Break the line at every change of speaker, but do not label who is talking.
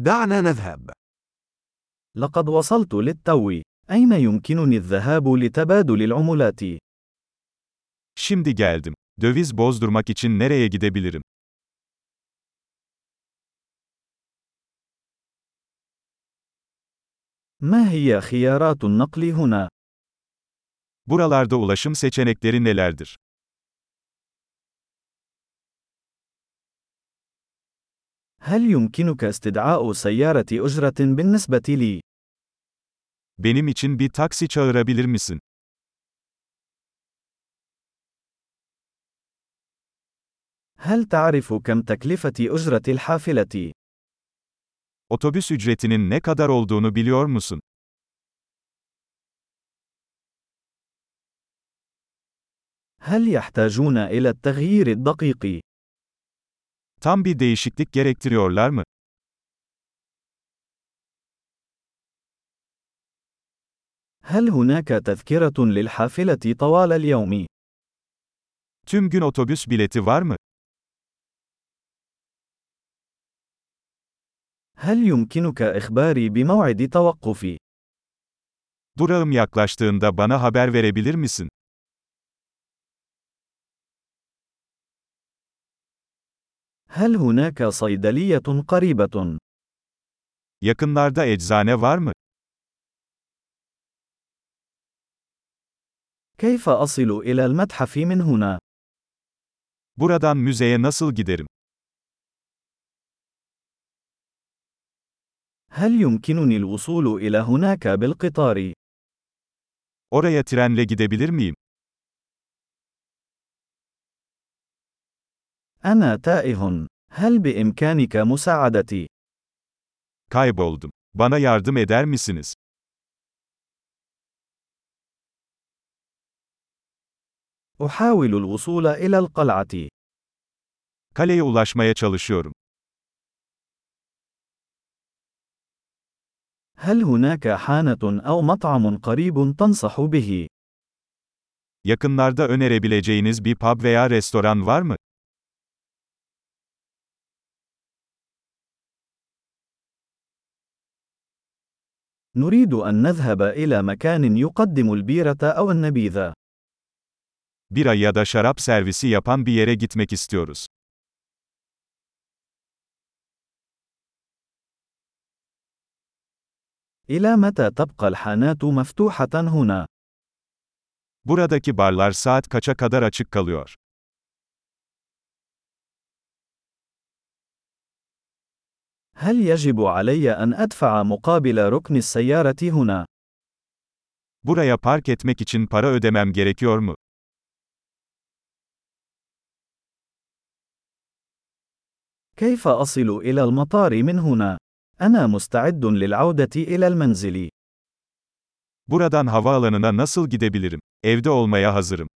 دعنا نذهب.
لقد وصلت للتو. أين يمكنني الذهاب لتبادل العملات؟
Şimdi geldim. Döviz bozdurmak için nereye gidebilirim?
ما هي خيارات النقل هنا؟
Buralarda ulaşım seçenekleri nelerdir?
هل يمكنك استدعاء سيارة أجرة بالنسبة لي؟
Benim için bir taksi çağırabilir misin?
هل تعرف كم تكلفة أجرة الحافلة؟
Otobüs ücretinin ne kadar olduğunu biliyor musun?
هل يحتاجون إلى التغيير الدقيق؟
Tam bir değişiklik gerektiriyorlar mı?
هل هناك تذكرة للحافلة طوال اليوم؟
Tüm gün otobüs bileti var mı?
هل يمكنك إخباري بموعد توقفي؟
Durağım yaklaştığında bana haber verebilir misin?
هل هناك صيدلية قريبة؟
Yakınlarda eczane var mı?
كيف أصل إلى المتحف من هنا؟
Buradan müzeye nasıl giderim?
هل يمكنني الوصول إلى هناك بالقطار؟
Oraya trenle gidebilir miyim?
أنا تائه. هل بإمكانك مساعدتي؟
Kayboldum. Bana yardım eder misiniz?
أحاول الوصول إلى القلعة.
Kaleye ulaşmaya çalışıyorum.
هل هناك حانة أو مطعم قريب تنصح به؟
Yakınlarda önerebileceğiniz bir pub veya restoran var mı?
نريد أن نذهب إلى مكان يقدم البيرة أو النبيذ.
Bira ya da şarap servisi yapan bir yere gitmek istiyoruz.
إلى متى تبقى الحانات مفتوحة هنا؟
Buradaki barlar saat kaça kadar açık kalıyor?
هل يجب علي أن أدفع مقابل ركن السيارة هنا؟
Buraya park etmek için para ödemem gerekiyor mu?
كيف أصل إلى المطار من هنا؟ أنا مستعد للعودة إلى المنزل.
Buradan havaalanına nasıl gidebilirim? Evde olmaya hazırım.